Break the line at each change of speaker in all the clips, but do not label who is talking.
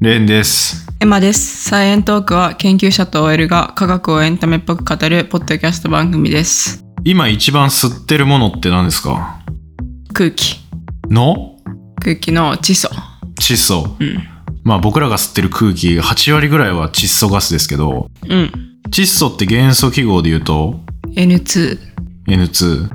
レンです。
エマです。サイエントークは研究者と OL が科学をエンタメっぽく語るポッドキャスト番組です。
今一番吸ってるものって何ですか
空気。
の
空気の窒素。
窒素。
うん。
まあ僕らが吸ってる空気8割ぐらいは窒素ガスですけど、
うん。
窒素って元素記号で言うと
N2。
N2。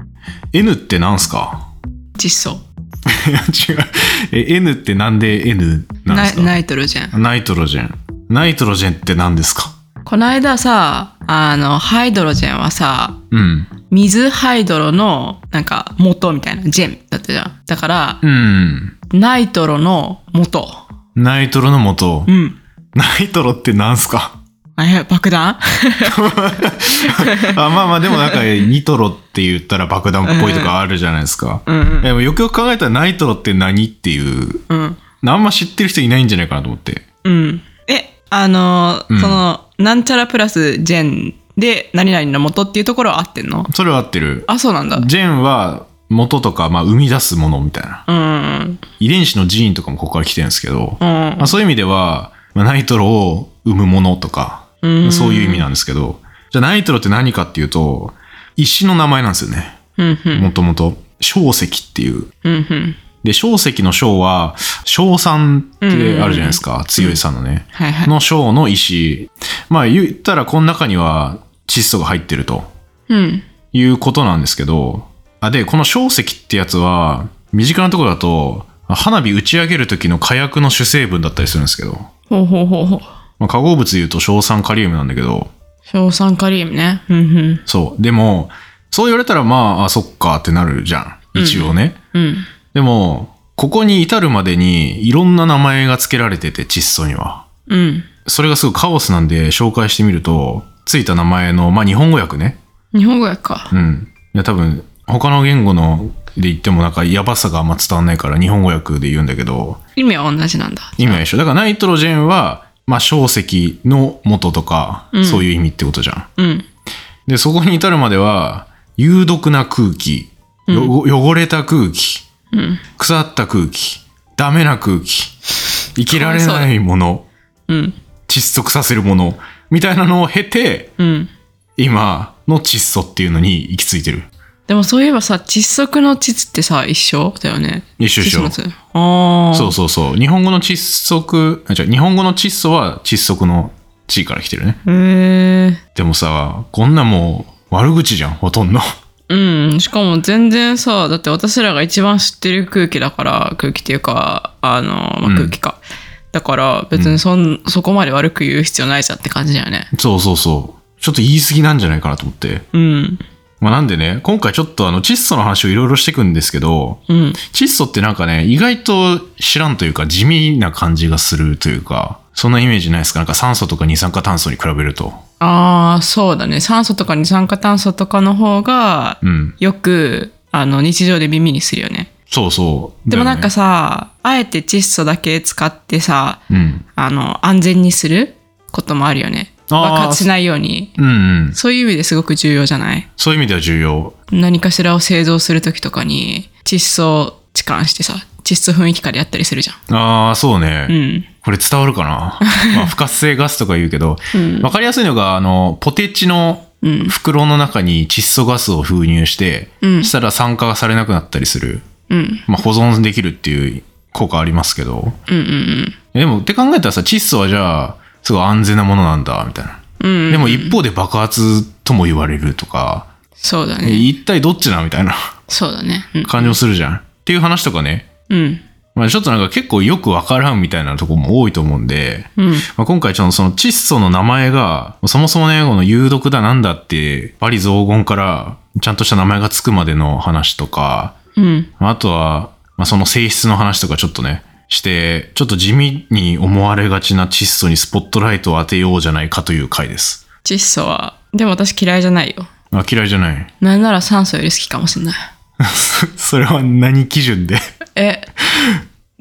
N って何すか
窒素。
いや違う。え、N ってなんで N なんですか
ナイナイトロジェン。
ナイトロジェン。ナイトロジェンって何ですか
この間さ、あの、ハイドロジェンはさ、
うん。
水ハイドロの、なんか、元みたいな、ジェンだったじゃん。だから、
うん。
ナイトロの元。
ナイトロの元
う。ん。
ナイトロって何す か
あれ爆弾
あまあまあでもなんかえニトロって言ったら爆弾っぽいとかあるじゃないですか。
うんうん
でもよくよく考えたらナイトロって何っていう、
うん。
あんま知ってる人いないんじゃないかなと思って。
うん。え、あのー、
うん
その、なんちゃらプラスジェンで、何々の元っていうところは合ってんの
それは合ってる。
あ、そうなんだ。
ジェンは元とか、まあ生み出すものみたいな。
うん。
遺伝子のジーンとかもここから来てるんですけど、
うん
まあ、。そういう意味では、まあ、ナイトロを生むものとか、
うん
そういう意味なんですけど、じゃあナイトロって何かっていうと、石の名前なんですよね。
うん。うん。
もともと。小石っていう
うん。うん。
で、小石の小は、小酸ってあるじゃないですか。強い酸のね。
はいはい。
の小の石。まあ言ったらこの中には窒素が入ってると
うん。
いうことなんですけど。あ、で、この小石ってやつは、身近なところだと、花火打ち上げる時の火薬の主成分だったりするんですけど。
ほうほうほうほう。
まあ化合物で言うと小酸カリウムなんだけど。
硝酸カリウムね。うん。
そう。でも、そう言われたらまあ、あ、そっかってなるじゃん。一応ね。
うん。うん。
でも、ここに至るまでにいろんな名前が付けられてて、窒素には。
うん。
それがすごいカオスなんで紹介してみると、ついた名前の、まあ日本語訳ね。
日本語やか。
うん。いや多分、他の言語ので言ってもなんかやばさがあんま伝わんないから日本語訳で言うんだけど、
意味は同じなんだ。
意味は一緒。だからナイトロジェンは、まあ小石の元とか、
うん
そういう意味ってことじゃん。
うん。
で、そこに至るまでは、有毒な空気、よご汚れた空気、
うん。
腐った空気、ダメな空気、生きられないもの、
うん。
窒息させるもの、みたいなのを経て、
うん。
今の窒素っていうのに行き着いてる。
でもそういえばさ、窒息の窒ってさ、一緒だよね。
一緒一緒
窒息の窒ああ。
そうそうそう。日本語の窒息、あ、違う、日本語の窒素は窒息の地から来てるね。
う。へえ。
でもさ、こんなもう悪口じゃん、ほとんど。
うん、しかも全然さ、だって私らが一番知ってる空気だから、空気っていうか、あの、ま
う
あ、
ん
空気か。だから別にそん、そこまで悪く言う必要ないじゃんって感じだよね。
そうそうそう。ちょっと言い過ぎなんじゃないかなと思って。
うん、
まあなんでね、今回ちょっとあの窒素の話をいろいろしていくんですけど、
うん、
窒素ってなんかね、意外と知らんというか、地味な感じがするというか、そんなイメージないですかなんか酸素とか二酸化炭素に比べると。
ああ、そうだね。酸素とか二酸化炭素とかの方が
うん。
よく、あの日常で耳にするよね。
そうそう。
でもなんか
だ
さ、あえて窒素だけ使ってさ、
よね、
あの安全にすることもあるよね。
あー
爆発しないように。
うん。うんうん。
そういう意味ですごく重要じゃない
そういう意味では重要。
何かしらを製造する時とかに窒素を置換してさ窒素雰囲気からやったりするじゃ
ああ、そうね。
んうん
これ伝わるか なまあ、不活性ガスとか言うけど、
うん
わかりやすいのが、あの、ポテチの
うん
袋の中に窒素ガスを封入して、
うん
したら酸化がされなくなったりする。
うん
まあ、保存できるっていう効果ありますけど。
うんうん
えでもって考えたらさ窒素はじゃあすごい安全なものなんだみたいな、
うん
でも一方で爆発とも言われるとか、
そうだ
え
ね
一体どっちなみたいな
そうだねうん
感じもするじゃん、っていう話とかね、
うん
まあ、ちょっとなんか結構よくわからんみたいなとこも多いと思うんで、
うん
まあ、今回ちょっとその窒素の名前がそもそもねこの有毒だなんだってバリ雑言からちゃんとした名前がつくまでの話とか
うん
まああとは、まあ、その性質の話とかちょっとね、して、ちょっと地味に思われがちな窒素にスポットライトを当てようじゃないかという回です。
窒素はでも私嫌いじゃないよ
あ、嫌いじゃない。
なんなら酸素より好きかもしれない
それは何基準で
え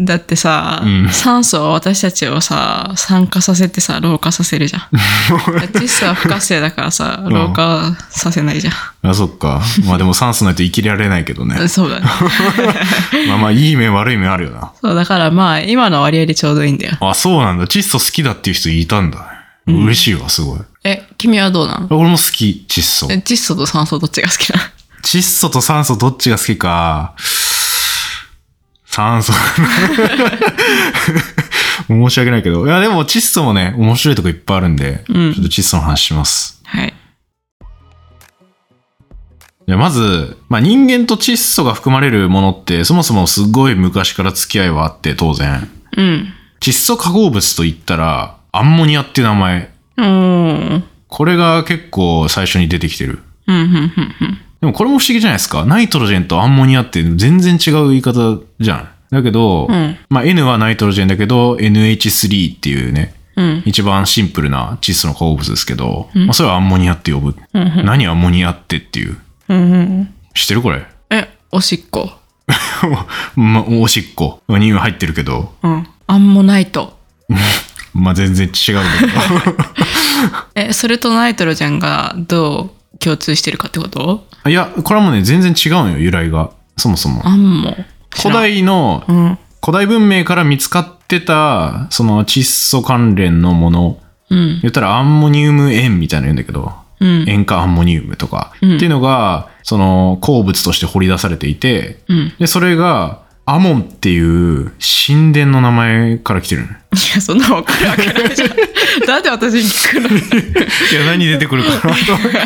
だってさ、
うん
酸素は私たちをさ、酸化させてさ、老化させ るじゃん。窒素は不活性だからさ、老化させないじゃん。
あ、そっか。まあでも酸素ないと生きられないけ どね。
そうだね。
まあまあ、いい面悪い面あるよな。
そう、だからまあ、今の割合でちょうどいいんだよ。
あ、そうなんだ。窒素好きだっていう人いたんだ。嬉しいわ、すごい。
え、君はどうなん
俺も好き、窒素
え。窒素と酸素どっちが好きな
窒素と酸素どっちが好きか。酸素。 申し訳ないけど。いや、でも窒素もね、面白いとこいっぱいあるんで、
うん
ちょっと窒素の話します。
はい。
じゃあまず、まあ、人間と窒素が含まれるものって、そもそもすごい昔から付き合いはあって、当然。
うん。
窒素化合物と言ったら、アンモニアっていう名前。
おー。
これが結構最初に出てきてる。
うん、うん、うん、うん。
でもこれも不思議じゃないですか。ナイトロジェンとアンモニアって全然違う言い方じゃん。だけど、
うん
まあ N はナイトロジェンだけど NH3 っていうね、
うん。
一番シンプルな窒素の化合物ですけど、まあそれはアンモニアって呼ぶ。
うんうん
何アンモニアってっていう。
うんうん。
知ってるこれ。
え、おしっこ。
まあ、おしっこに入ってるけど、
うん。アンモナイト。
まあ全然違 うんだけど。
え、それとナイトロジェンがどう共通してるかってこと
いや、これはもうね、全然違うんよ、由来が。そもそも。
アンモ。知
古
らん。
代の
うん。
古代文明から見つかってた、その窒素関連のもの、
うん。
言ったらアンモニウム塩みたいなの言うんだけど、
うん。
塩化アンモニウムとか、
うん
っていうのが、その鉱物として掘り出されていて、
うん。
で、それが、アモンっていう神殿の名前から来てるの。
いや、そんなわかるわけないじゃん。 なんで私に聞くのち
いや、何出てくるかなと思って。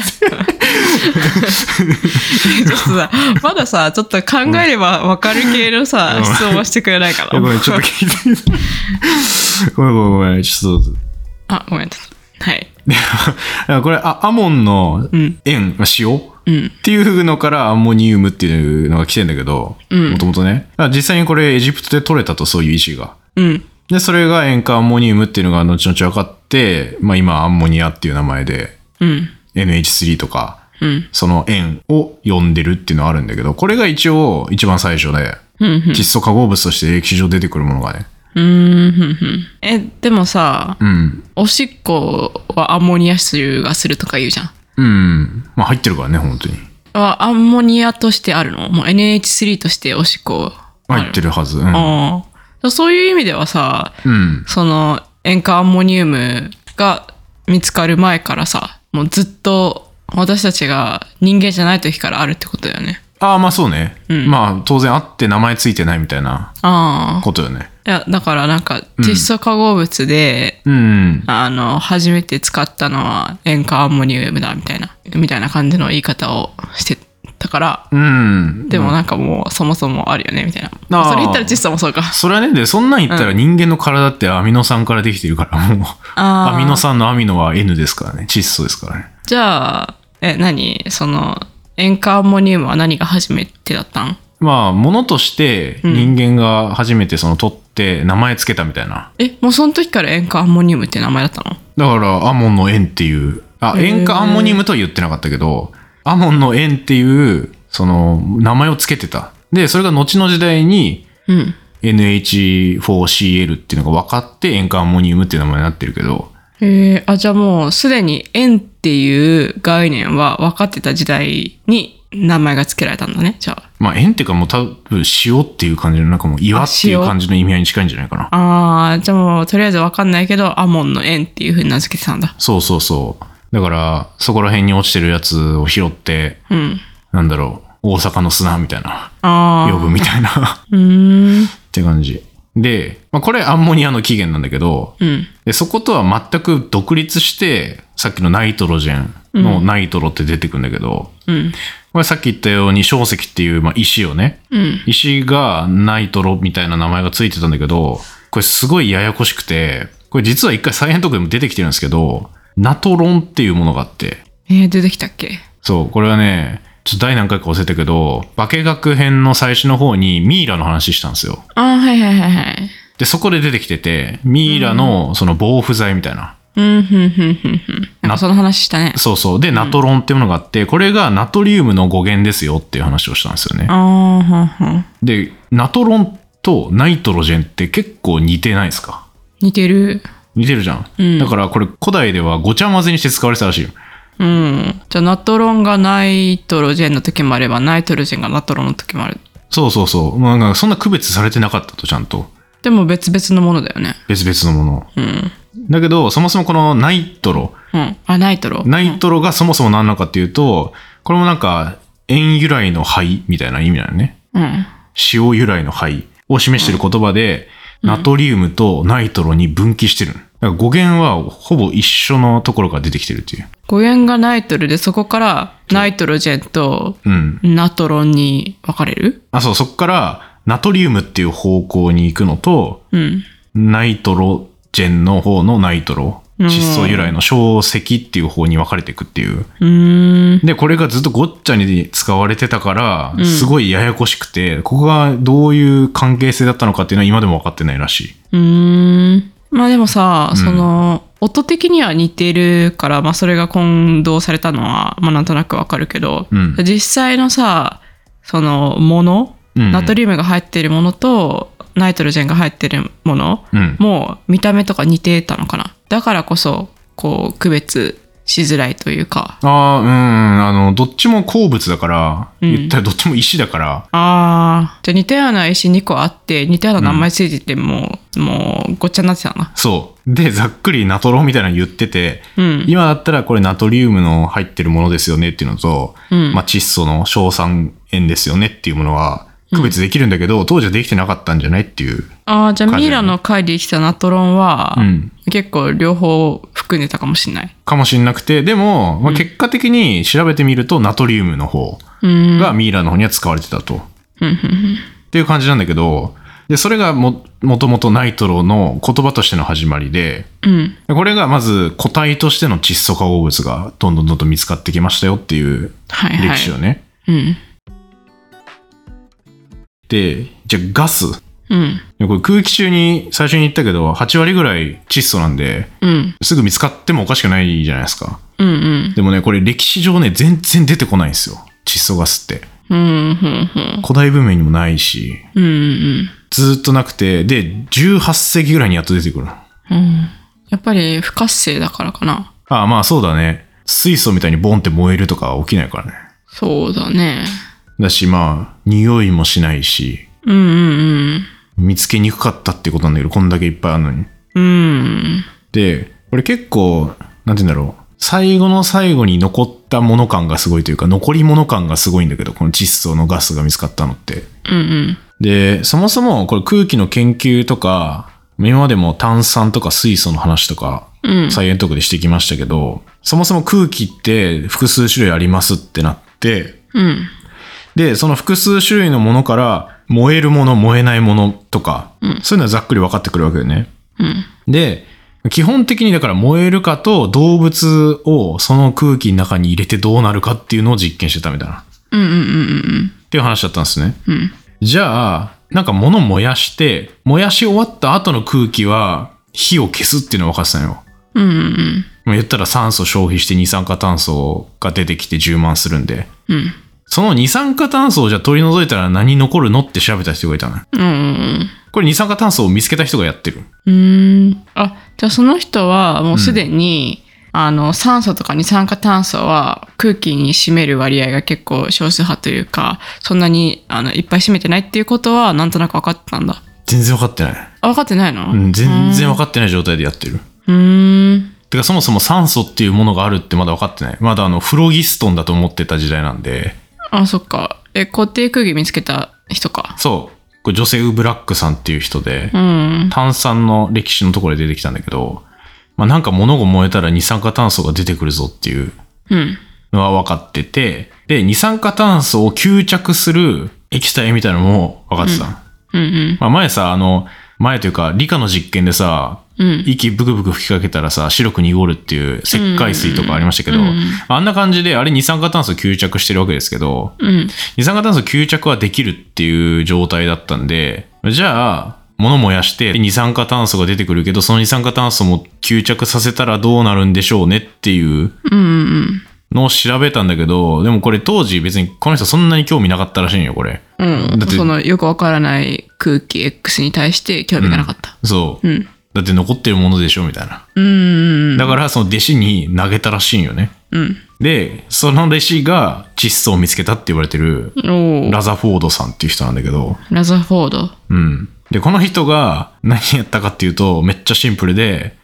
ょっとさ、まださ、ちょっと考えればわかる系のさ
う、ん
質問はしてくれないか
ごめん、
な。
ちょっと聞いてみて。ごめんごめんごめん、ちょっと。
あ、ごめん。はい。
であこれあ、アモンの
うん
塩、まあ塩
うん。
っていうのからアンモニウムっていうのが来てんだけど、
うん
もともとね。だから実際にこれエジプトで取れたと、そういう石が。
うん。
で、それが塩化アンモニウムっていうのが後々分かって、まあ今アンモニアっていう名前で
うん。
NH3 とか、
うん。
その塩を呼んでるっていうのはあるんだけど、これが一応一番最初で、
うん。
窒素化合物として歴史上出てくるものがね。
うん。うん。え、でもさ、
うん。
おしっこはアンモニア臭がするとか言うじゃん。
うん。まあ入ってるからね、本当に。
はアンモニアとしてあるのもう ?NH3 としておしっこある。
入ってるはず。うん。
ああ。そういう意味ではさ、
うん
その塩化アンモニウムが見つかる前からさもうずっと私たちが人間じゃない時からあるってことだよね
ああ、まあそうね。
うん
まあ当然あって名前ついてないみたいな
ああ
ことよね。
いやだからなんか窒素化合物で、
うん。
あの初めて使ったのは塩化アンモニウムだみたいなみたいな感じの言い方をしてたから
うん。
でもなんかもうそもそもあるよねみたいな、
あー
それ言ったら窒素もそうか
それはね、で、そんなん言ったら人間の体ってアミノ酸からできてるから、もう。
あー
アミノ酸のアミノは N ですからね。窒素ですからね。
じゃあえ何その塩化アンモニウムは何が初めてだったん
まあ、ものとして人間が初めてその取って名前つけたみたいな。
えもうその時から塩化アンモニウムって名前だったの
だから、アモンの塩っていう、あ、
へー
塩化アンモニウムとは言ってなかったけど、アモンの塩っていう、その、名前をつけてた。で、それが後の時代に
うん
NH4Cl っていうのが分かって塩化アンモニウムっていう名前になってるけど、
へえあじゃあもうすでに塩っていう概念は分かってた時代に名前が付けられたんだねじゃあ
まあ、塩っていうかもう多分塩っていう感じの、なんかもう岩っていう
あ塩
感じの意味合いに近いんじゃないかな。
あーじゃあもうとりあえず分かんないけどアモンの塩っていうふうに名付けてたんだ
そうそうそう。だから、そこら辺に落ちてるやつを拾って、
うん
なんだろう、大阪の砂みたいな、
あ
呼ぶみたいな、
あうーん
って感じ。で、まあ、これアンモニアの起源なんだけど、
うん
でそことは全く独立して、さっきのナイトロジェンのナイトロって出てくるんだけど、
うん
これさっき言ったように小石っていう、まあ、石をね、
うん
石がナイトロみたいな名前がついてたんだけど、これすごいややこしくて、これ実は一回再編とかでも出てきてるんですけど、ナトロンっていうものがあって、
えー、出てきたっけ
そう、これはね、ちょっと第何回か忘れたけど、化学編の最初の方にミイラの話したんですよ。
ああはいはいはいはい
で、そこで出てきてて、ミイラのその防腐剤みたいな。
うんふんふんふんふんなんかその話したね
そうそう。で、ナトロンっていうものがあって、これがナトリウムの語源ですよっていう話をしたんですよね。
ああはんはん
で、ナトロンとナイトロジェンって結構似てないですか
似てる。
似てるじゃん、
うん
だからこれ古代ではごちゃ混ぜにして使われてたらしいよ
うん。じゃあ、ナトロンがナイトロジェンの時もあれば、ナイトロジェンがナトロンの時もある。
そうそうそうまあなんかそんな区別されてなかったとちゃんと
でも別々のものだよね。
別々のもの
うん。
だけどそもそもこのナイトロ
うん。あ、ナイトロ。
ナイトロがそもそも何なのかっていうとこれもなんか塩由来の灰みたいな意味なのね
うん。
塩由来の灰を示している言葉で、ナトリウムとナイトロに分岐してる。だから語源はほぼ一緒のところから出てきてるっていう。
語源がナイトルで、そこからナイトロジェンと
うん。
ナトロンに分かれる
あ、そう、そこからナトリウムっていう方向に行くのと、
うん。
ナイトロジェンの方のナイトロ、
うん
窒素由来の小石っていう方に分かれていくっていう。
うーん。
で、これがずっとごっちゃに使われてたから、すごいややこしくて、ここがどういう関係性だったのかっていうのは今でも分かってないらしい。
うーん。まあでもさ、その、音的には似てるから、まあそれが混同されたのは、まあなんとなくわかるけど、
うん
実際のさ、その、もの、
うん
ナトリウムが入ってるものと、ナイトロジェンが入ってるもの、
うん。
もう見た目とか似てたのかな。だからこそ、こう、区別しづらいというか。
ああ、うん、あの、どっちも鉱物だから、
うん
言ったらどっちも石だから、
ああ、じゃあ似たような石2個あって、似たような名前ついててもう、もう、ごっちゃになってたな。
そう。で、ざっくりナトロみたいなの言ってて、
うん。
今だったらこれナトリウムの入ってるものですよねっていうのと、
うん
まあ窒素の硝酸塩ですよねっていうものは区別できるんだけど、当時はできてなかったんじゃないっていう。
ああ、じゃあ
感じ
ミイ
だ
ラ
ね
の回で生きたナトロンは、
うん
結構両方含んでたかもしれない。
かもしんなくて、でも、まあ、結果的に調べてみると、ナトリウムの方
うん。
がミイラの方には使われてたと。っていう感じなんだけど、で、それがも、もともとナイトロの言葉としての始まりで、
うん。
でこれがまず個体としての窒素化合物がどんどんどんどん見つかってきましたよっていう
はいは
歴
い
史。をね。
うん。
で、じゃあガス。
うん。
でこれ空気中に最初に言ったけど、8割ぐらい窒素なんで、
うん。
すぐ見つかってもおかしくないじゃないですか。
うん。うん。
でもね、これ歴史上ね、全然出てこないんですよ。窒素ガスって。
うん。うん。
古代文明にもないし、
うん。うん。
ずーっとなくて、で、18世紀ぐらいにやっと出てくる。
うん。やっぱり不活性だからかな。
ああ、まあそうだね。水素みたいにボンって燃えるとか起きないからね。
そうだね。
だし、まあ、匂いもしないし、
うんうん
見つけにくかったってことなんだけど、こんだけいっぱいあるのに。
うん。うん。
で、これ結構、なんて言うんだろう。最後の最後に残ったもの感がすごいというか、残り物感がすごいんだけど、この窒素のガスが見つかったのって。
うん
で、そもそもこれ空気の研究とか、今までも炭酸とか水素の話とか、
うん。うん。
サイエントークでしてきましたけど、そもそも空気って複数種類ありますってなって、
うん。
で、その複数種類のものから、燃えるもの、燃えないものとか、
うん
そういうのはざっくり分かってくるわけよね。
うん。
で、基本的にだから燃えるかと動物をその空気の中に入れてどうなるかっていうのを実験してたみたいな。っ
うんうんうん
ていう話だったんですね。
うんうん。
じゃあ、なんか物燃やして、燃やし終わった後の空気は火を消すっていうのは分かってたのよ。
うんうん
まあ言ったら酸素消費して二酸化炭素が出てきて充満するんで。
うん。うん。
その二酸化炭素をじゃあ取り除いたら何残るのって調べた人がいたのよ。
うん。
これ二酸化炭素を見つけた人がやってる。
うーん。あ、じゃあその人はもうすでに、あの、酸素とか二酸化炭素は空気に占める割合が結構少数派というか、そんなにあのいっぱい占めてないっていうことはなんとなく分かってたんだ。
全然分かってない。
あ、分かってないの
うん、全然分かってない状態でやってる。
うーん。
てかそもそも酸素っていうものがあるってまだ分かってない。まだあのフロギストンだと思ってた時代なんで、
あ、そっか。え、固定空気見つけた人か。
そう、これジョセウ・ブラックさんっていう人で
う、ん。
炭酸の歴史のところで出てきたんだけど、まあ、なんか物が燃えたら二酸化炭素が出てくるぞっていう
うん。
のは分かってて、で、二酸化炭素を吸着する液体みたいなのも分かってた。
うんうん。
まあ、前さ、あの、前というか理科の実験でさ、
うん
息ブクブク吹きかけたらさ白く濁るっていう石灰水とかありましたけど、
うんうん
あんな感じであれ二酸化炭素吸着してるわけですけど
うん。
二酸化炭素吸着はできるっていう状態だったんでじゃあ物燃やして二酸化炭素が出てくるけどその二酸化炭素も吸着させたらどうなるんでしょうねっていう
うんうん
のを調べたんだけどでもこれ当時別にこの人そんなに興味なかったらしいんよこれ。
うん。う
だっ
ん。
て
そのよくわからない空気 X に対して興味がなかった。
そう。
うん。
だって残ってるものでしょみたいな。
うん。うん
だからその弟子に投げたらしいんよね。
うん。
で、その弟子が窒素を見つけたって言われてる
おお。
ラザフォードさんっていう人なんだけど、
ラザフォード。
うん。で、この人が何やったかっていうと、めっちゃシンプルで、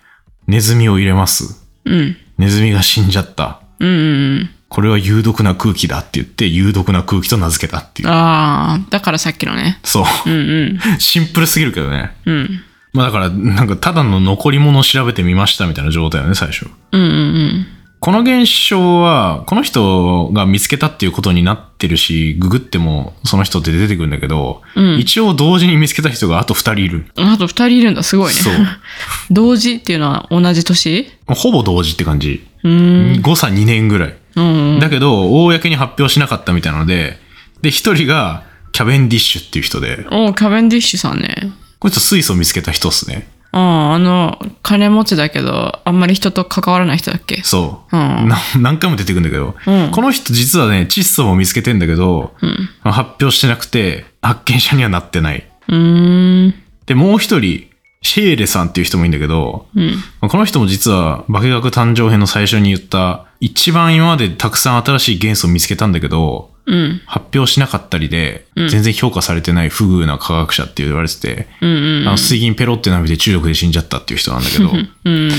ネズミを入れます。
うん。
ネズミが死んじゃった。
うんうん
これは有毒な空気だって言って、有毒な空気と名付けたって
う
い
ん。
う。
ああ、だからさっきのね。
そう。
うんうん。
シンプルすぎるけどね。
うん。
まあだから、なんかただの残り物を調べてみましたみたいな状態よね、最初。
うんうん
この現象は、この人が見つけたっていうことになってるし、ググってもその人って出てくるんだけど、
うん
一応同時に見つけた人があと2人いる。
うん。あと二人いるんだ、すごいね。
そう。
同時っていうのは同じ年
ほぼ同時って感じ。
うーん。
誤差2年ぐらい。
うん。
だけど、公に発表しなかったみたいなので、で、一人がキャベンディッシュっていう人で、
おうカベンディッシュさんね。
こいつ水素見つけた人っすね。
ああ、あの、金持ちだけど、あんまり人と関わらない人だっけ
そう。
うん
な何回も出てくるんだけど、
うん
この人実はね、窒素も見つけてんだけど、
うん。
発表してなくて、発見者にはなってない。
うーん。
で、もう一人、シェーレさんっていう人もいいんだけど、
うん。
この人も実は化学誕生編の最初に言った、一番今までたくさん新しい元素を見つけたんだけど、
うん。
発表しなかったりで、
うん
全然評価されてない不遇な科学者って言われてて、
うんうん
あの水銀ペロってなびて中毒で死んじゃったっていう人なんだけど、で
うん。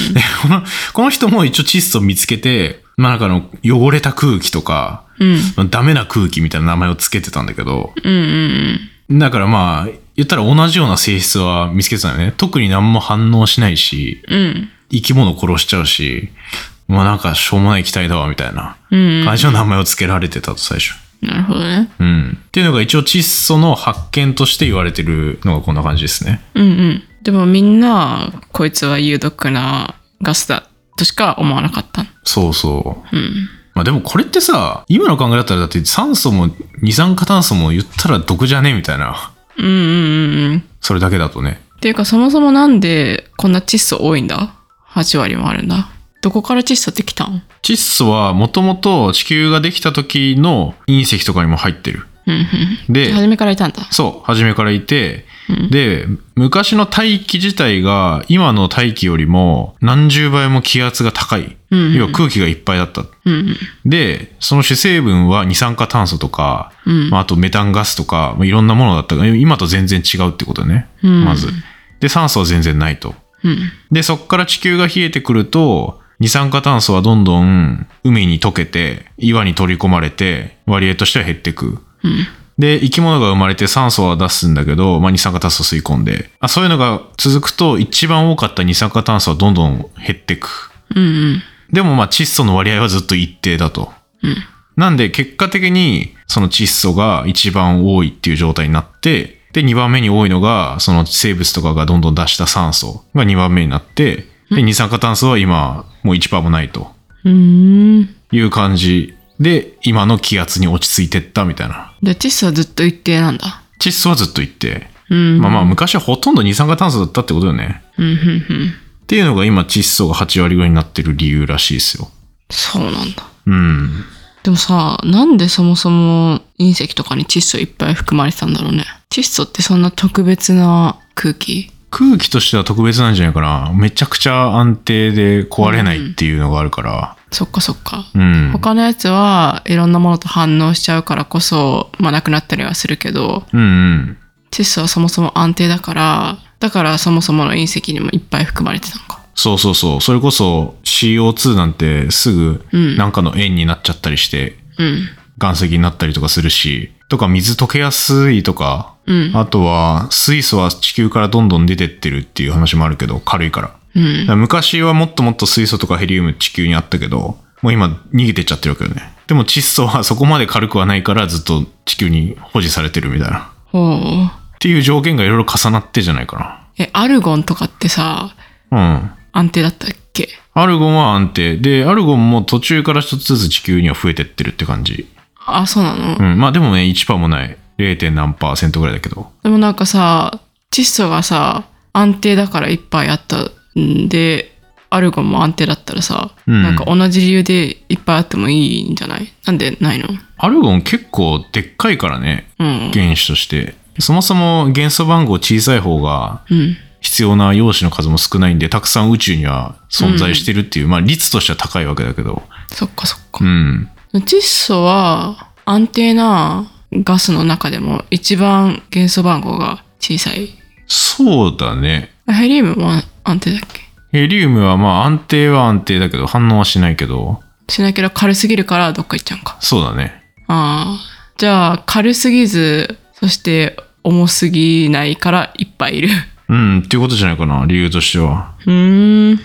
このこの人も一応窒素を見つけて、まあなんかあの汚れた空気とか、
うん。
まあダメな空気みたいな名前をつけてたんだけど、
うんうん
だからまあ、言ったら同じような性質は見つけてたよね。特に何も反応しないし、
うん。うん。
生き物殺しちゃうし、まあなんかしょうもない機体だわみたいな
うん。
感じの名前を付けられてたと最初。
なるほどね。
うん。っていうのが一応窒素の発見として言われてるのがこんな感じですね。
うんうん。でもみんな、こいつは有毒なガスだとしか思わなかった。
そうそう。
うん。
まあでもこれってさ、今の考えだったらだって酸素も二酸化炭素も言ったら毒じゃねみたいな。
うんうんうんうん。
それだけだとね。
っていうかそもそもなんでこんな窒素多いんだ ?8 割もあるんだ。どこから窒素ってきたん
窒素はもともと地球ができた時の隕石とかにも入ってる。
うんうん。
で、
初めからいたんだ。
そう、初めからいて、
うん
で、昔の大気自体が今の大気よりも何十倍も気圧が高い。
うんうん
要は空気がいっぱいだった。
うん
で、その主成分は二酸化炭素とか、
うん。うん。
まあ、あとメタンガスとか、まあいろんなものだったが、今と全然違うってことね。
うん
まず。で、酸素は全然ないと。
うん。
で、そっから地球が冷えてくると、二酸化炭素はどんどん海に溶けて、岩に取り込まれて、割合としては減ってく。
うん。
で、生き物が生まれて酸素は出すんだけど、まあ、二酸化炭素吸い込んで。あそういうのが続くと、一番多かった二酸化炭素はどんどん減ってく。
うん
でも、まあ、窒素の割合はずっと一定だと。
うん
なんで、結果的に、その窒素が一番多いっていう状態になって、で、二番目に多いのが、その生物とかがどんどん出した酸素が二番目になって、で、二酸化炭素は今、もう一番もないと
うん。うーん。
いう感じで、今の気圧に落ち着いてったみたいな。
で、窒素はずっと一定なんだ。
窒素はずっと一定。
うん。
まあまあ昔はほとんど二酸化炭素だったってことよね。
うんうんうん。
っていうのが今窒素が8割ぐらいになってる理由らしいですよ。
そうなんだ。
うん。
でもさ、なんでそもそも隕石とかに窒素いっぱい含まれてたんだろうね。窒素ってそんな特別な空気
空気としては特別なんじゃないかな。めちゃくちゃ安定で壊れないっていうのがあるから。
そっかそっか。
うん。
他のやつはいろんなものと反応しちゃうからこそ、まあ、なくなったりはするけど
うんうん。
窒素はそもそも安定だからだからそもそもの隕石にもいっぱい含まれてたのか
そうそうそう。それこそ CO2 なんてすぐ
うん
なんかの円になっちゃったりして
うん
岩石になったりとかするし、とか水溶けやすいとか、
うん
あとは水素は地球からどんどん出てってるっていう話もあるけど、軽いから。
う
だ
ん
から昔はもっともっと水素とかヘリウム地球にあったけど、もう今逃げてっちゃってるわけどね。でも窒素は そこまで軽くはないからずっと地球に保持されてるみたいな。
ほう
っていう条件がいろいろ重なってじゃないか
えアルゴンとかってさ
な。うん。
安定だったっけ
アルゴンは安定。で、アルゴンも途中から一つずつ地球には増えてってるって感じ。
あそうなの、
うん。まあでもね、1%もない。0. 何パーセントぐらいだけど。
でもなんかさ窒素がさ安定だからいっぱいあったんでアルゴンも安定だったらさ、
うん
なんか同じ理由でいっぱいあってもいいんじゃないなんでないの
アルゴン結構でっかいからね、
うん
原子として。そもそも元素番号小さい方が
うん。
必要な陽子の数も少ないんで、たくさん宇宙には存在してるっていう、まあ率としては高いわけだけど。
そっかそっ
う
か。
ん。
窒素は安定なガスの中でも一番元素番号が小さい。
そうだね。
ヘリウムも安定だっけ
ヘリウムはまあ安定は安定だけど、反応はしないけど、
しなければ軽すぎるからどっか行っちゃうんか。
そうだね。
ああ。じゃあ軽すぎず、そして重すぎないからいっぱいいる。
うん、っていうことじゃないかな、理由としては。
うーん。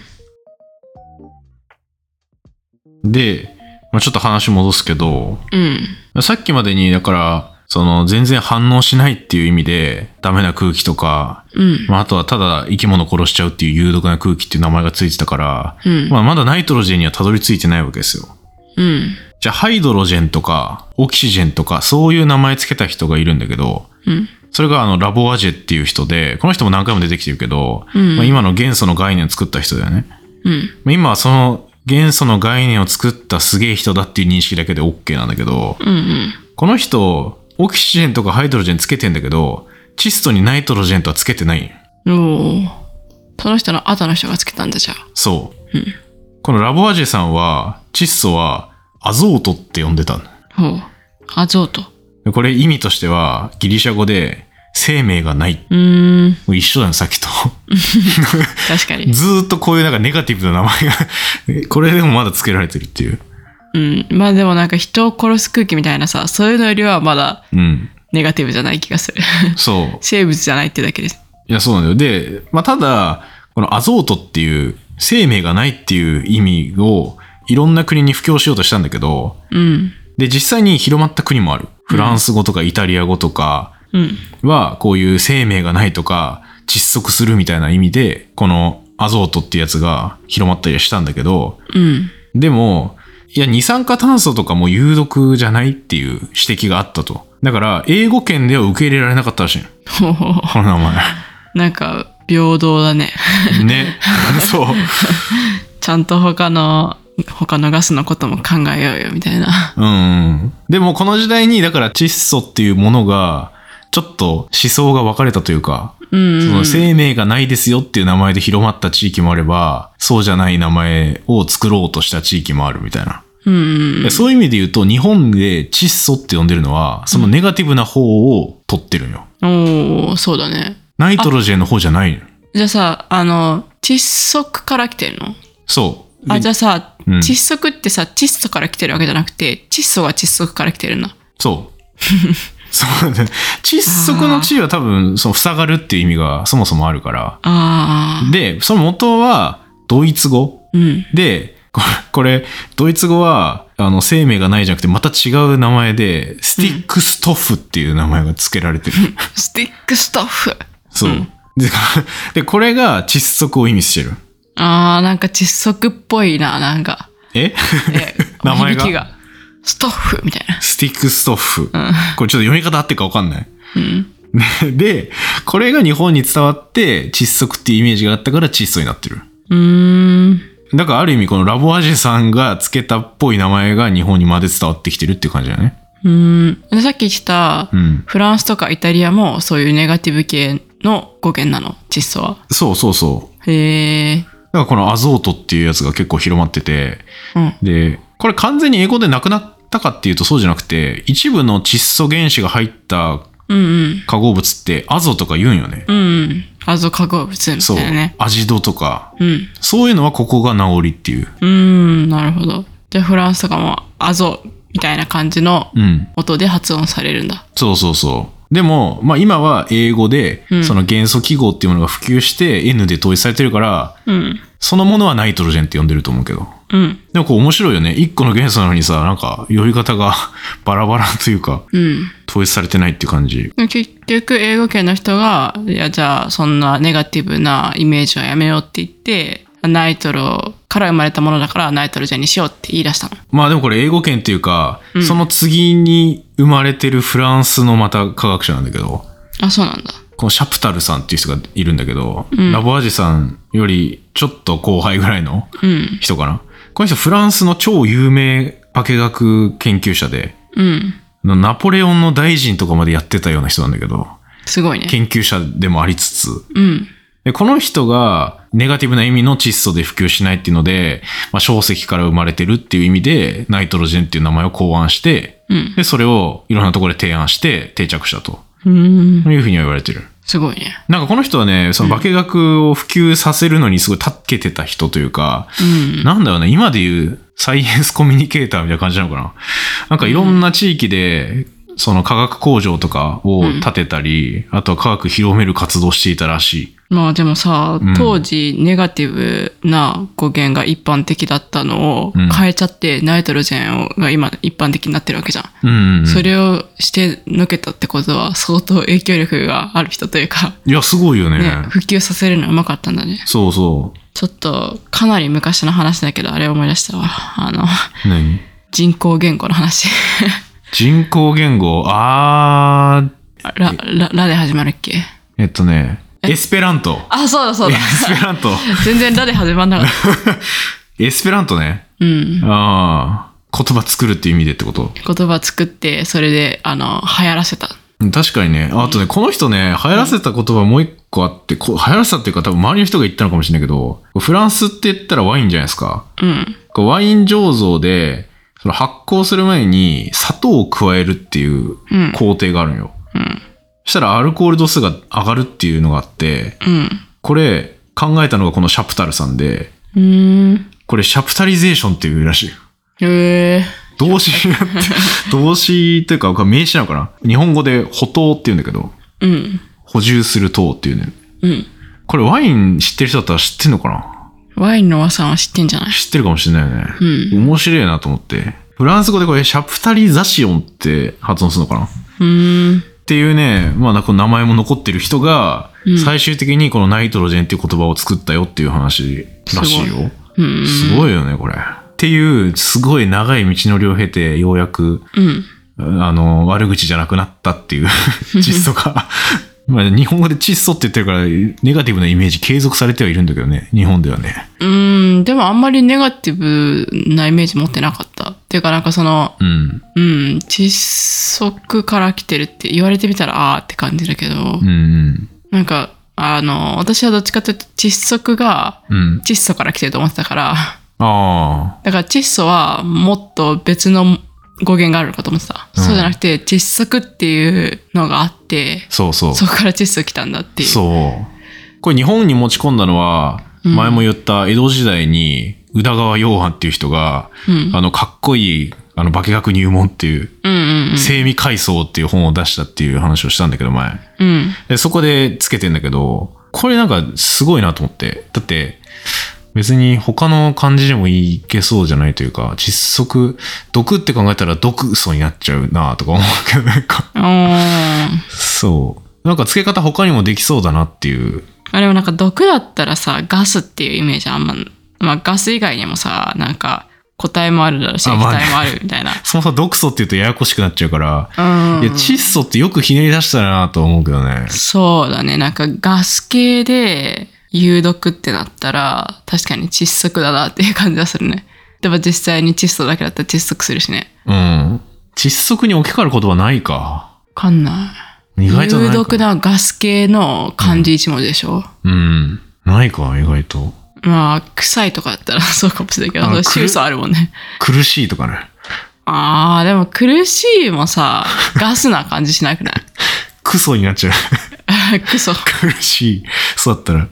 で、まあ、ちょっと話戻すけど、
うん。
さっきまでに、だから、その全然反応しないっていう意味で、ダメな空気とか、
うん。
まあ、あとはただ生き物殺しちゃうっていう有毒な空気っていう名前がついてたから、
うん。
まあ、まだナイトロジェンにはたどり着いてないわけですよ。
うん。
じゃあ、ハイドロジェンとか、オキシジェンとか、そういう名前つけた人がいるんだけど、
うん。
それがあの、ラボアジェっていう人で、この人も何回も出てきてるけど、
うん
まあ、今の元素の概念を作った人だよね。
うん。
まあ今はその元素の概念を作ったすげえ人だっていう認識だけで OK なんだけど、
うん。うん。
この人、オキシジェンとかハイドロジェンつけてんだけど、窒素にナイトロジェンとはつけてない。
おお。その人の後の人がつけたんだじゃあ。
そう。このラボアジェさんは、窒素はアゾートって呼んでたの
ほう。アゾート。
でこれ意味としては、ギリシャ語で、生命がない。
うーん。
もう一緒だよ、さっきと。
確かに。
ずーっとこういうなんかネガティブな名前が、 これでもまだつけられてるっていう。
うん。まあでもなんか人を殺す空気みたいなさ、そういうのよりはまだ
うん。
ネガティブじゃない気がする。
そう。
生物じゃないってだけです。
いや、そうなんだよ。で、まあ、ただ、このアゾートっていう生命がないっていう意味をいろんな国に布教しようとしたんだけど、
うん。
で、実際に広まった国もある。フランス語とかイタリア語とか
うん。
は、こういう生命がないとか、窒息するみたいな意味で、このアゾートってやつが広まったりしたんだけど、
うん。
でも、いや、二酸化炭素とかも有毒じゃないっていう指摘があったと。だから、英語圏では受け入れられなかったらしいの。
ほうほうほ
この名前。
う。なんか、平等だね。
ね。そう。
ちゃんと他の、他のガスのことも考えようよ、みたいな。
うん。でもこの時代に、だから窒素っていうものが、ちょっと思想が分かれたというか、
うん、
そ
うん
の。生命がないですよっていう名前で広まった地域もあれば、そうじゃない名前を作ろうとした地域もあるみたいな。
うんうん。
そういう意味で言うと、日本で窒素って呼んでるのは、そのネガティブな方を取ってるんよ。
おおそうだね。
ナイトロジェンの方じゃないの。
じゃあさ、あの、窒息から来てるの
そう。
あ、じゃあさ、
うん
窒息ってさ、窒素から来てるわけじゃなくて、窒素が窒息から来てるんだ。
そう。そうだね。窒息の地位は多分、その塞がるっていう意味がそもそもあるから。
ああ。
で、その元はドイツ語
うん。
で、ここれ、ドイツ語は、あの、生命がないじゃなくて、また違う名前で、スティックストフっていう名前が付けられてる。
スティックスタッフ。
そう。で、 でこれが窒息を意味してる。
ああ、なんか窒息っぽいな、なんか。
え
え
名前が
響きが。スタッフみたいな。
スティックストフ。
うん
これちょっと読み方合ってるかわかんない。
うん。
で、これが日本に伝わって、窒息っていうイメージがあったから窒素になってる。
うーん。
だからある意味このラボアジェさんが付けたっぽい名前が日本にまで伝わってきてるっていう感じだよね。
うーん。さっき言ってた、
うん。
フランスとかイタリアもそういうネガティブ系の語源なの、窒素は。
そうそうそう。
へえ。
だからこのアゾートっていうやつが結構広まってて、
うん。
で、これ完全に英語でなくなったかっていうとそうじゃなくて、一部の窒素原子が入った
うんうん。
化合物ってアゾとか言うんよね。
うんうん。アゾ化合物みた
そう。
いなね。
アジドとか。
うん。
そういうのはここが治りっていう。
うーん、なるほど。じゃあフランスとかもアゾみたいな感じの
うん。
音で発音されるんだ。
そうそうそう。でも、まあ今は英語で
う、ん
その元素記号っていうものが普及して N で統一されてるから、
うん。
そのものはナイトロジェンって呼んでると思うけど。
うん。
でもこう面白いよね。一個の元素なのにさ、なんか呼び方が バラバラというか、
うん。
統一されてないっていう感じ。
でも結局、英語圏の人が、いや、じゃあ、そんなネガティブなイメージはやめようって言って、ナイトロから生まれたものだから、ナイトロじゃにしようって言い出したの。
まあでもこれ英語圏っていうか、
うん
その次に生まれてるフランスのまた科学者なんだけど、
あ、そうなんだ。
このシャプタルさんっていう人がいるんだけど、
ん
ラボアジさんよりちょっと後輩ぐらいの
うん。
人かな。この人フランスの超有名化学研究者で、
うん。
ナポレオンの大臣とかまでやってたような人なんだけど、
すごいね。
研究者でもありつつ、
うん。
でこの人がネガティブな意味の窒素で普及しないっていうので、まあ、小石から生まれてるっていう意味で、ナイトロジェンっていう名前を考案して、
うん。
で、それをいろんなところで提案して定着したと
うん。
いうふうには言われてる。
すごいね。
なんかこの人はね、その化学を普及させるのにすごいたけてた人というか、
うん。
なんだろうね、今で言うサイエンス コミュニケーターみたいな感じなのかな。なんかいろんな地域で、その科学工場とかを建てたり、あとは科学広める活動していたらしい。
まあでもさ
うん、
当時ネガティブな語源が一般的だったのを
うん
変えちゃって、ナイトロジェンをが今一般的になってるわけじゃん。
うんうんうん、
それをしてのけたってことは相当影響力がある人というか、
いや、すごいよね。
ね、普及させるのはうまかったんだね。
そうそ
ちょっとかなり昔の話だけど、あれ思い出したわ。あの、
う。何
人工言語の話。
人工言語、あー、
ラ、ラ、ラで始まるっけ
えっとね、エスペラント。
あ、そうだそう
エ
だ。
スペラント。
全然ラで始まんなかった。
エスペラントね。
うん。
あー、言葉作るっていう意味でってこと。
言葉作って、それで、あの、流行らせた。
うん確かにね。あとね、この人ね、流行らせた言葉もう一個あって、こう流行らせたっていうか多分周りの人が言ったのかもしれないけど、フランスって言ったらワインじゃないですか。
うん。
こうワイン醸造で、その発酵する前に砂糖を加えるっていう
うん。
工程があるんよ。
うん。
そしたらアルコール度数が上がるっていうのがあって、
うん。
これ考えたのがこのシャプタルさんで、
うーん。
これシャプタリゼーションっていうらしい。
へえ。
動詞になって、 動詞というか名詞なのかな日本語で補糖って言うんだけど、
うん。
補充する糖っていうね。
うん。
これワイン知ってる人だったら知ってんのかな
ワインの和さんは知ってんじゃない
知ってるかもしれないよね。
うん。
面白いなと思って。フランス語でこれシャプタリザシオンって発音するのかなっ
うーん。
ていうね、まあなんかこの名前も残ってる人が、最終的にこのナイトロジェンっていう言葉を作ったよっていう話らしいよ。
うん。
すごいよね、これ。っていう、すごい長い道のりを経て、ようやく、
うん。
あの、悪口じゃなくなったっていう 窒素が。 まあ、日本語で窒素って言ってるから、ネガティブなイメージ継続されてはいるんだけどね、日本ではね。
うーん。でもあんまりネガティブなイメージ持ってなかった。っていうかなんかその、
うん。
うん。窒息から来てるって言われてみたら、あーって感じだけど、
うんうん。
なんか、あの、私はどっちかというと窒息が
うん。
窒素から来てると思ってたから、
あ
だから窒素はもっと別の語源があるのかと思ってた。
うん
そうじゃなくて窒息っていうのがあって
あ、、そうそう。
そこから窒素来たんだっていう。
そう。これ日本に持ち込んだのは、
うん
前も言った江戸時代に、宇田川洋藩っていう人が、
うん。
あの、かっこいい、あの、化学入門っていう、
うんうん
生味階層っていう本を出したっていう話をしたんだけど、前。
うん。うん。
で、そこでつけてんだけど、これなんかすごいなと思って。だって、別に他の漢字でもいけそうじゃないというか、窒息、毒って考えたら毒素になっちゃうなとか思うけど、なんか、
あー
そう。なんか付け方他にもできそうだなっていう。
あでもなんか毒だったらさ、ガスっていうイメージあんま、まあガス以外にもさ、なんか固体もあるだろうし、
あ
液
まあね
体もあるみ たいな。
そもそも毒素って言うとややこしくなっちゃうから、
うん。
いや、窒素ってよくひねり出したらなと思うけどね。
そうだね。なんかガス系で有毒ってなったら、確かに窒息だなっていう感じがするね。でも実際に窒素だけだったら窒息するしね。
うん。窒息に置き換わることはないか。
わかんな
意
い。
外とない
有
か。
毒なガス系の漢字一文字でしょ、
うん。ないか、意外と。
まあ、臭いとかだったらそうかもしれないけ
あの
ど、
くる
臭素あるもんね。
苦しいとかね。
ああ、でも苦しいもさ、ガスな感じしなくない
クソになっちゃう。
クソ。
苦しい。そうだったら。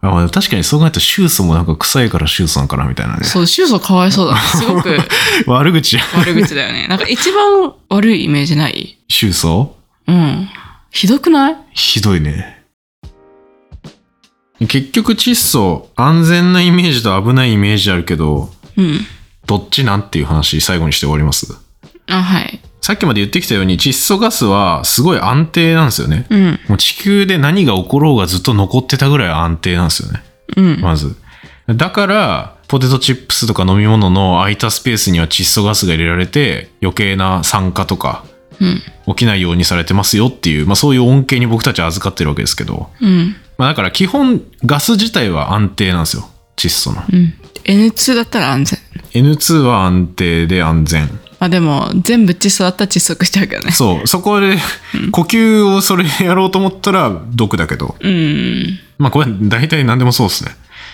あまあ、確かにそう考えると、臭素もなんか臭いから臭素なのかな、みたいなね。
そう、臭素かわいそうだな。すごく
悪口じゃん。
悪口だよね。なんか一番悪いイメージない
臭素
うん。ひどくない
ひどいね。結局、窒素、安全なイメージと危ないイメージあるけど、
うん。
どっちなんっていう話、最後にして終わります。
あ、はい。
さっきまで言ってきたように窒素ガスはすごい安定なんですよね。
うん。
もう地球で何が起ころうがずっと残ってたぐらい安定なんですよね。
うん。
まず。だから、ポテトチップスとか飲み物の空いたスペースには窒素ガスが入れられて余計な酸化とか
うん。
起きないようにされてますよっていう、まあそういう恩恵に僕たちは預かってるわけですけど。
うん。
まあだから基本ガス自体は安定なんですよ。窒素の。
うん。N2 だったら安全。
N2 は安定で安全。
まあでも、全部窒素だったら窒息しちゃうけどね。
そう、そこで、呼吸をそれでやろうと思ったら毒だけど。
うん。
まあこれ大体何でもそうですね。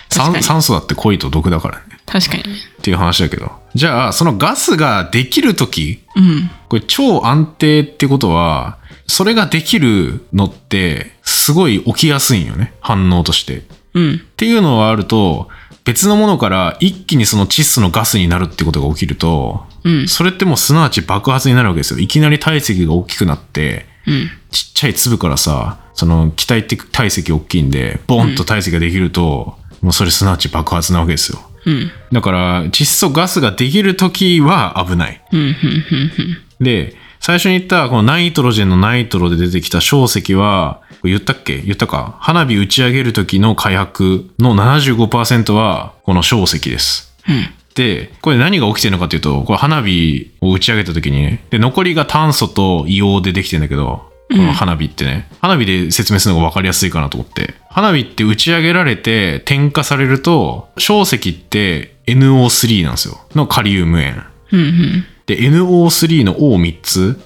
確か
酸
に
酸素だって濃いと毒だからね。
確かに。
っていう話だけど。じゃあ、そのガスができるとき、
うん。
これ超安定ってことは、それができるのって、すごい起きやすいんよね。反応として。っ
うん。
ていうのがあると、別のものから一気にその窒素のガスになるってことが起きると、
うん。
それってもうすなわち爆発になるわけですよ。いきなり体積が大きくなって、
うん。
ちっちゃい粒からさ、その気体って体積大きいんで、ボンと体積ができると、もうそれすなわち爆発なわけですよ。
うん。
だから、窒素ガスができる時は危ない。
うん。うん。うん。
で、最初に言った、このナイトロジェンのナイトロで出てきた小石は、言ったっけ言ったか花火打ち上げる時の火薬の75%は、この小石です。
うん。
で、これ何が起きてるのかというと、これ花火を打ち上げた時にね、で、残りが炭素と硫黄でできてんだけど、この花火ってね、花火で説明するのが分かりやすいかなと思って。花火って打ち上げられて点火されると、小石って NO3 なんですよ。のカリウム塩。
うん。うん。
で、NO3 の O3 つ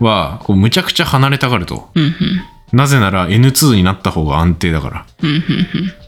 は、こうむちゃくちゃ離れたがると。
うん。
なぜなら N2 になった方が安定だから。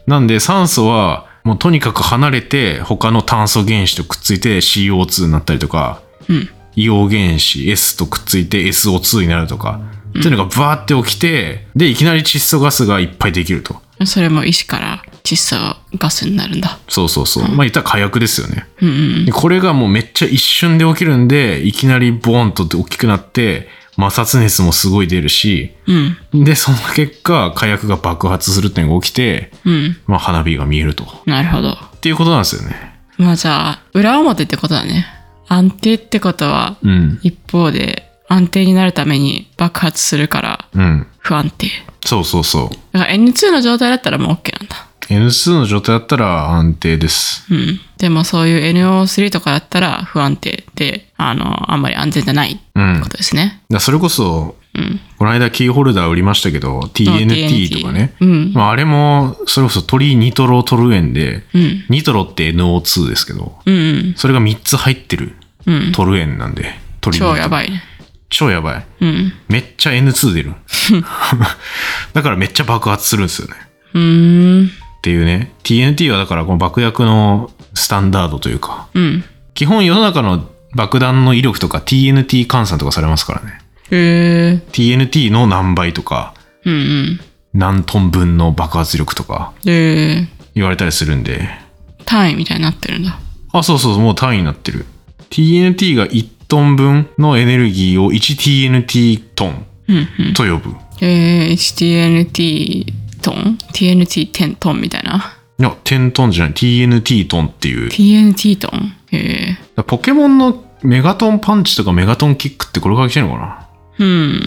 なんで酸素はもうとにかく離れて他の炭素原子とくっついて CO2 になったりとか、
うん
硫黄原子 S とくっついて SO2 になるとか、っていうのがバーって起きて、で、いきなり窒素ガスがいっぱいできると。
うん。それも石から窒素ガスになるんだ。
そうそうそう。まあ言ったら火薬ですよね。
うん。うん。
でこれがもうめっちゃ一瞬で起きるんで、いきなりボーンと大きくなって、摩擦熱もすごい出るし、
うん。
で、その結果、火薬が爆発するっていうのが起きて、
うん。
まあ花火が見えると。っ
なるほど。
ていうことなんですよね。
まあじゃあ、裏表ってことだね。安定ってことは、
うん。
一方で安定になるために爆発するから
うん。
不安定。
そうそうそう。
だから N2 の状態だったらもう OK なんだ。
N2 の状態だったら安定です。
うん。でもそういう NO3 とかだったら不安定で、あの、あんまり安全じゃないって
うん。
ことですね。
だそれこそ、
うん。
この間キーホルダー売りましたけど、TNT とかね。
うん。
まああれも、それこそ鳥ニトロトルエンで、
うん。
ニトロって NO2 ですけど、
うん。
それが3つ入ってる
うん。
トルエンなんで、鳥ニトロ
超やばいね。
超やばい。
うん。
めっちゃ N2 出る。だからめっちゃ爆発するんですよね。
うーん。
っていうね TNT はだからこの爆薬のスタンダードというか
うん。
基本世の中の爆弾の威力とか TNT 換算とかされますからね
へえ。
TNT の何倍とか
うんうん。
何トン分の爆発力とか
へえ。
言われたりするんで
単位みたいになってるんだ。
あそうそうもう単位になってる TNT が1トン分のエネルギーを 1TNT トン
うんうん。
と呼ぶ
えー、HTNT トン ?TNT10 トンみたいな。
いや10トンじゃない TNT トンっていう
TNT トンえ
ポケモンのメガトンパンチとかメガトンキックってこれから来てるのかな
ー、うん。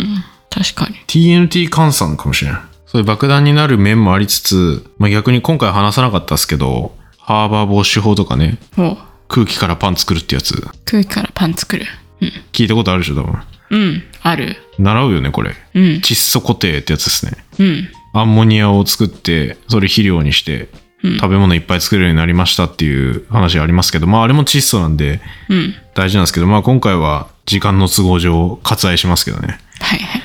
確かに。
TNT 換算かもしれない。そういう爆弾になる面もありつつ、まあ、逆に今回話さなかったですけど、ハーバー防止法とかね、
お
空気からパン作るってやつ、
空気からパン作る。うん。
聞いたことあるでしょ、多分。
うん。ある。
習うよね、これ。
うん。
窒素固定ってやつですね。
うん。
アンモニアを作って、それ肥料にして、
うん
食べ物いっぱい作れるようになりましたっていう話がありますけど、まああれも窒素なんで
うん。
大事なんですけど、まあ今回は時間の都合上割愛しますけどね。
はいはい。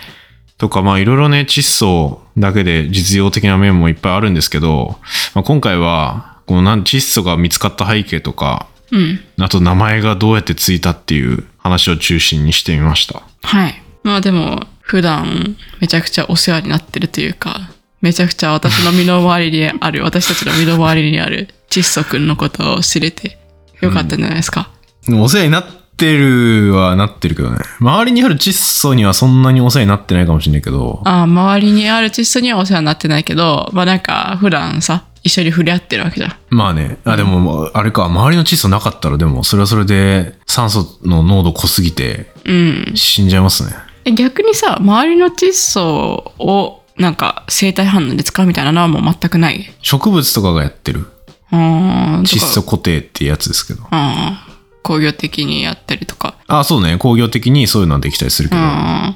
とか、まあいろいろね、窒素だけで実用的な面もいっぱいあるんですけど、まあ、今回は、このなん窒素が見つかった背景とか、
うん。
あと名前がどうやってついたっていう話を中心にしてみました。
はい。まあでも、普段、めちゃくちゃお世話になってるというか、めちゃくちゃ私の身の回りにある、私たちの身の回りにある窒素くんのことを知れて、よかったんじゃないですか。
でもお世話になってるはなってるけどね。周りにある窒素にはそんなにお世話になってないかもしれないけど、
ああ周りにある窒素にはお世話になってないけど、まあなんか、普段さ、一緒に触れ合ってるわけじゃん。
まあね、あ、でも、あれか、周りの窒素なかったらでも、それはそれで酸素の濃度濃すぎて
うん。
死んじゃいますね。
え逆にさ、周りの窒素を、なんか、生体反応で使うみたいなのはもう全くない。
植物とかがやってる
ああ、
窒素
とか。
固定ってやつですけど。
ああ、工業的にやったりとか。
あ、そうね。工業的にそういうのはできたりするけ
う
ど、
ん。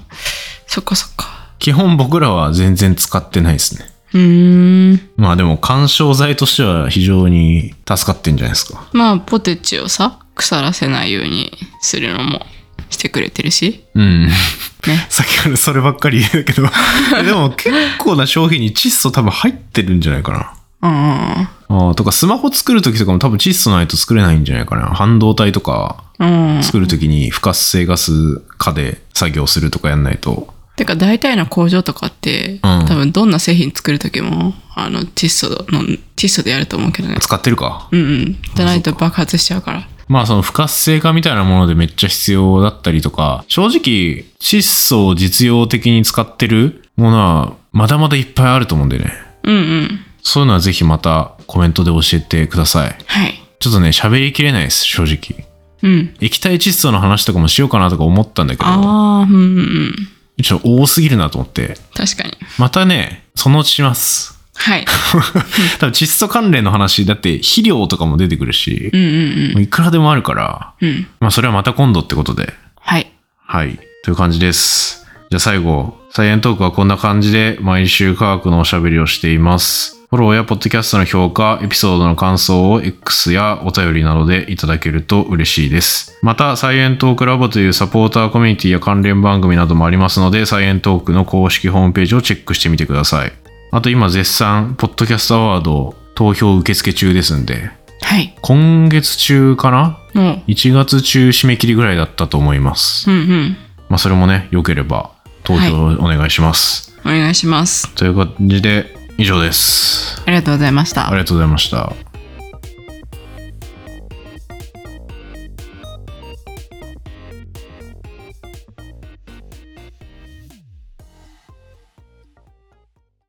そっかそっか。
基本僕らは全然使ってないですね。
うーん。
まあでも、干渉剤としては非常に助かってんじゃないですか。
まあ、ポテチをさ、腐らせないようにするのもしてくれてるし、
うん。
ね。
さっきからそればっかり言うけ ど。でも結構な商品に窒素多分入ってるんじゃないかな。
うんうん
あーとかスマホ作るときとかも多分窒素ないと作れないんじゃないかな。半導体とか
うん。うん。
作るときに不活性ガス化で作業するとかやんないと。
てか大体の工場とかって、多分どんな製品作る時も、あの、窒素の、窒素でやると思うけどね。
使ってるか。
うんうん。じゃないと爆発しちゃうから。
まあその不活性化みたいなものでめっちゃ必要だったりとか、正直窒素を実用的に使ってるものはまだまだいっぱいあると思うんだよね。
うんうん。
そういうのはぜひまたコメントで教えてください。
はい。
ちょっとね、喋りきれないです、正直。
うん。
液体窒素の話とかもしようかなとか思ったんだけど、
ああ、うんうんうん。
ちょっと多すぎるなと思って。
確かに。
またね、そのうちします。
はい。
多分窒素関連の話、だって肥料とかも出てくるし
う、んうん
いくらでもあるから、
うん。うん。
まあそれはまた今度ってことで。
はい。
はい。という感じです。じゃあ最後、サイエントークはこんな感じで毎週科学のおしゃべりをしています。フォローやポッドキャストの評価、エピソードの感想を X やお便りなどでいただけると嬉しいです。また、サイエントークラボというサポーターコミュニティや関連番組などもありますので、サイエントークの公式ホームページをチェックしてみてください。あと今絶賛、ポッドキャストアワード投票受付中ですんで、
はい。
今月中かな
もう。
?1 月中締め切りぐらいだったと思います。
うんうん。
まあ、それもね、良ければ投票お願いします。
お願いします。
という感じで、以上です。
ありがとうございました
あ。りがとうございました。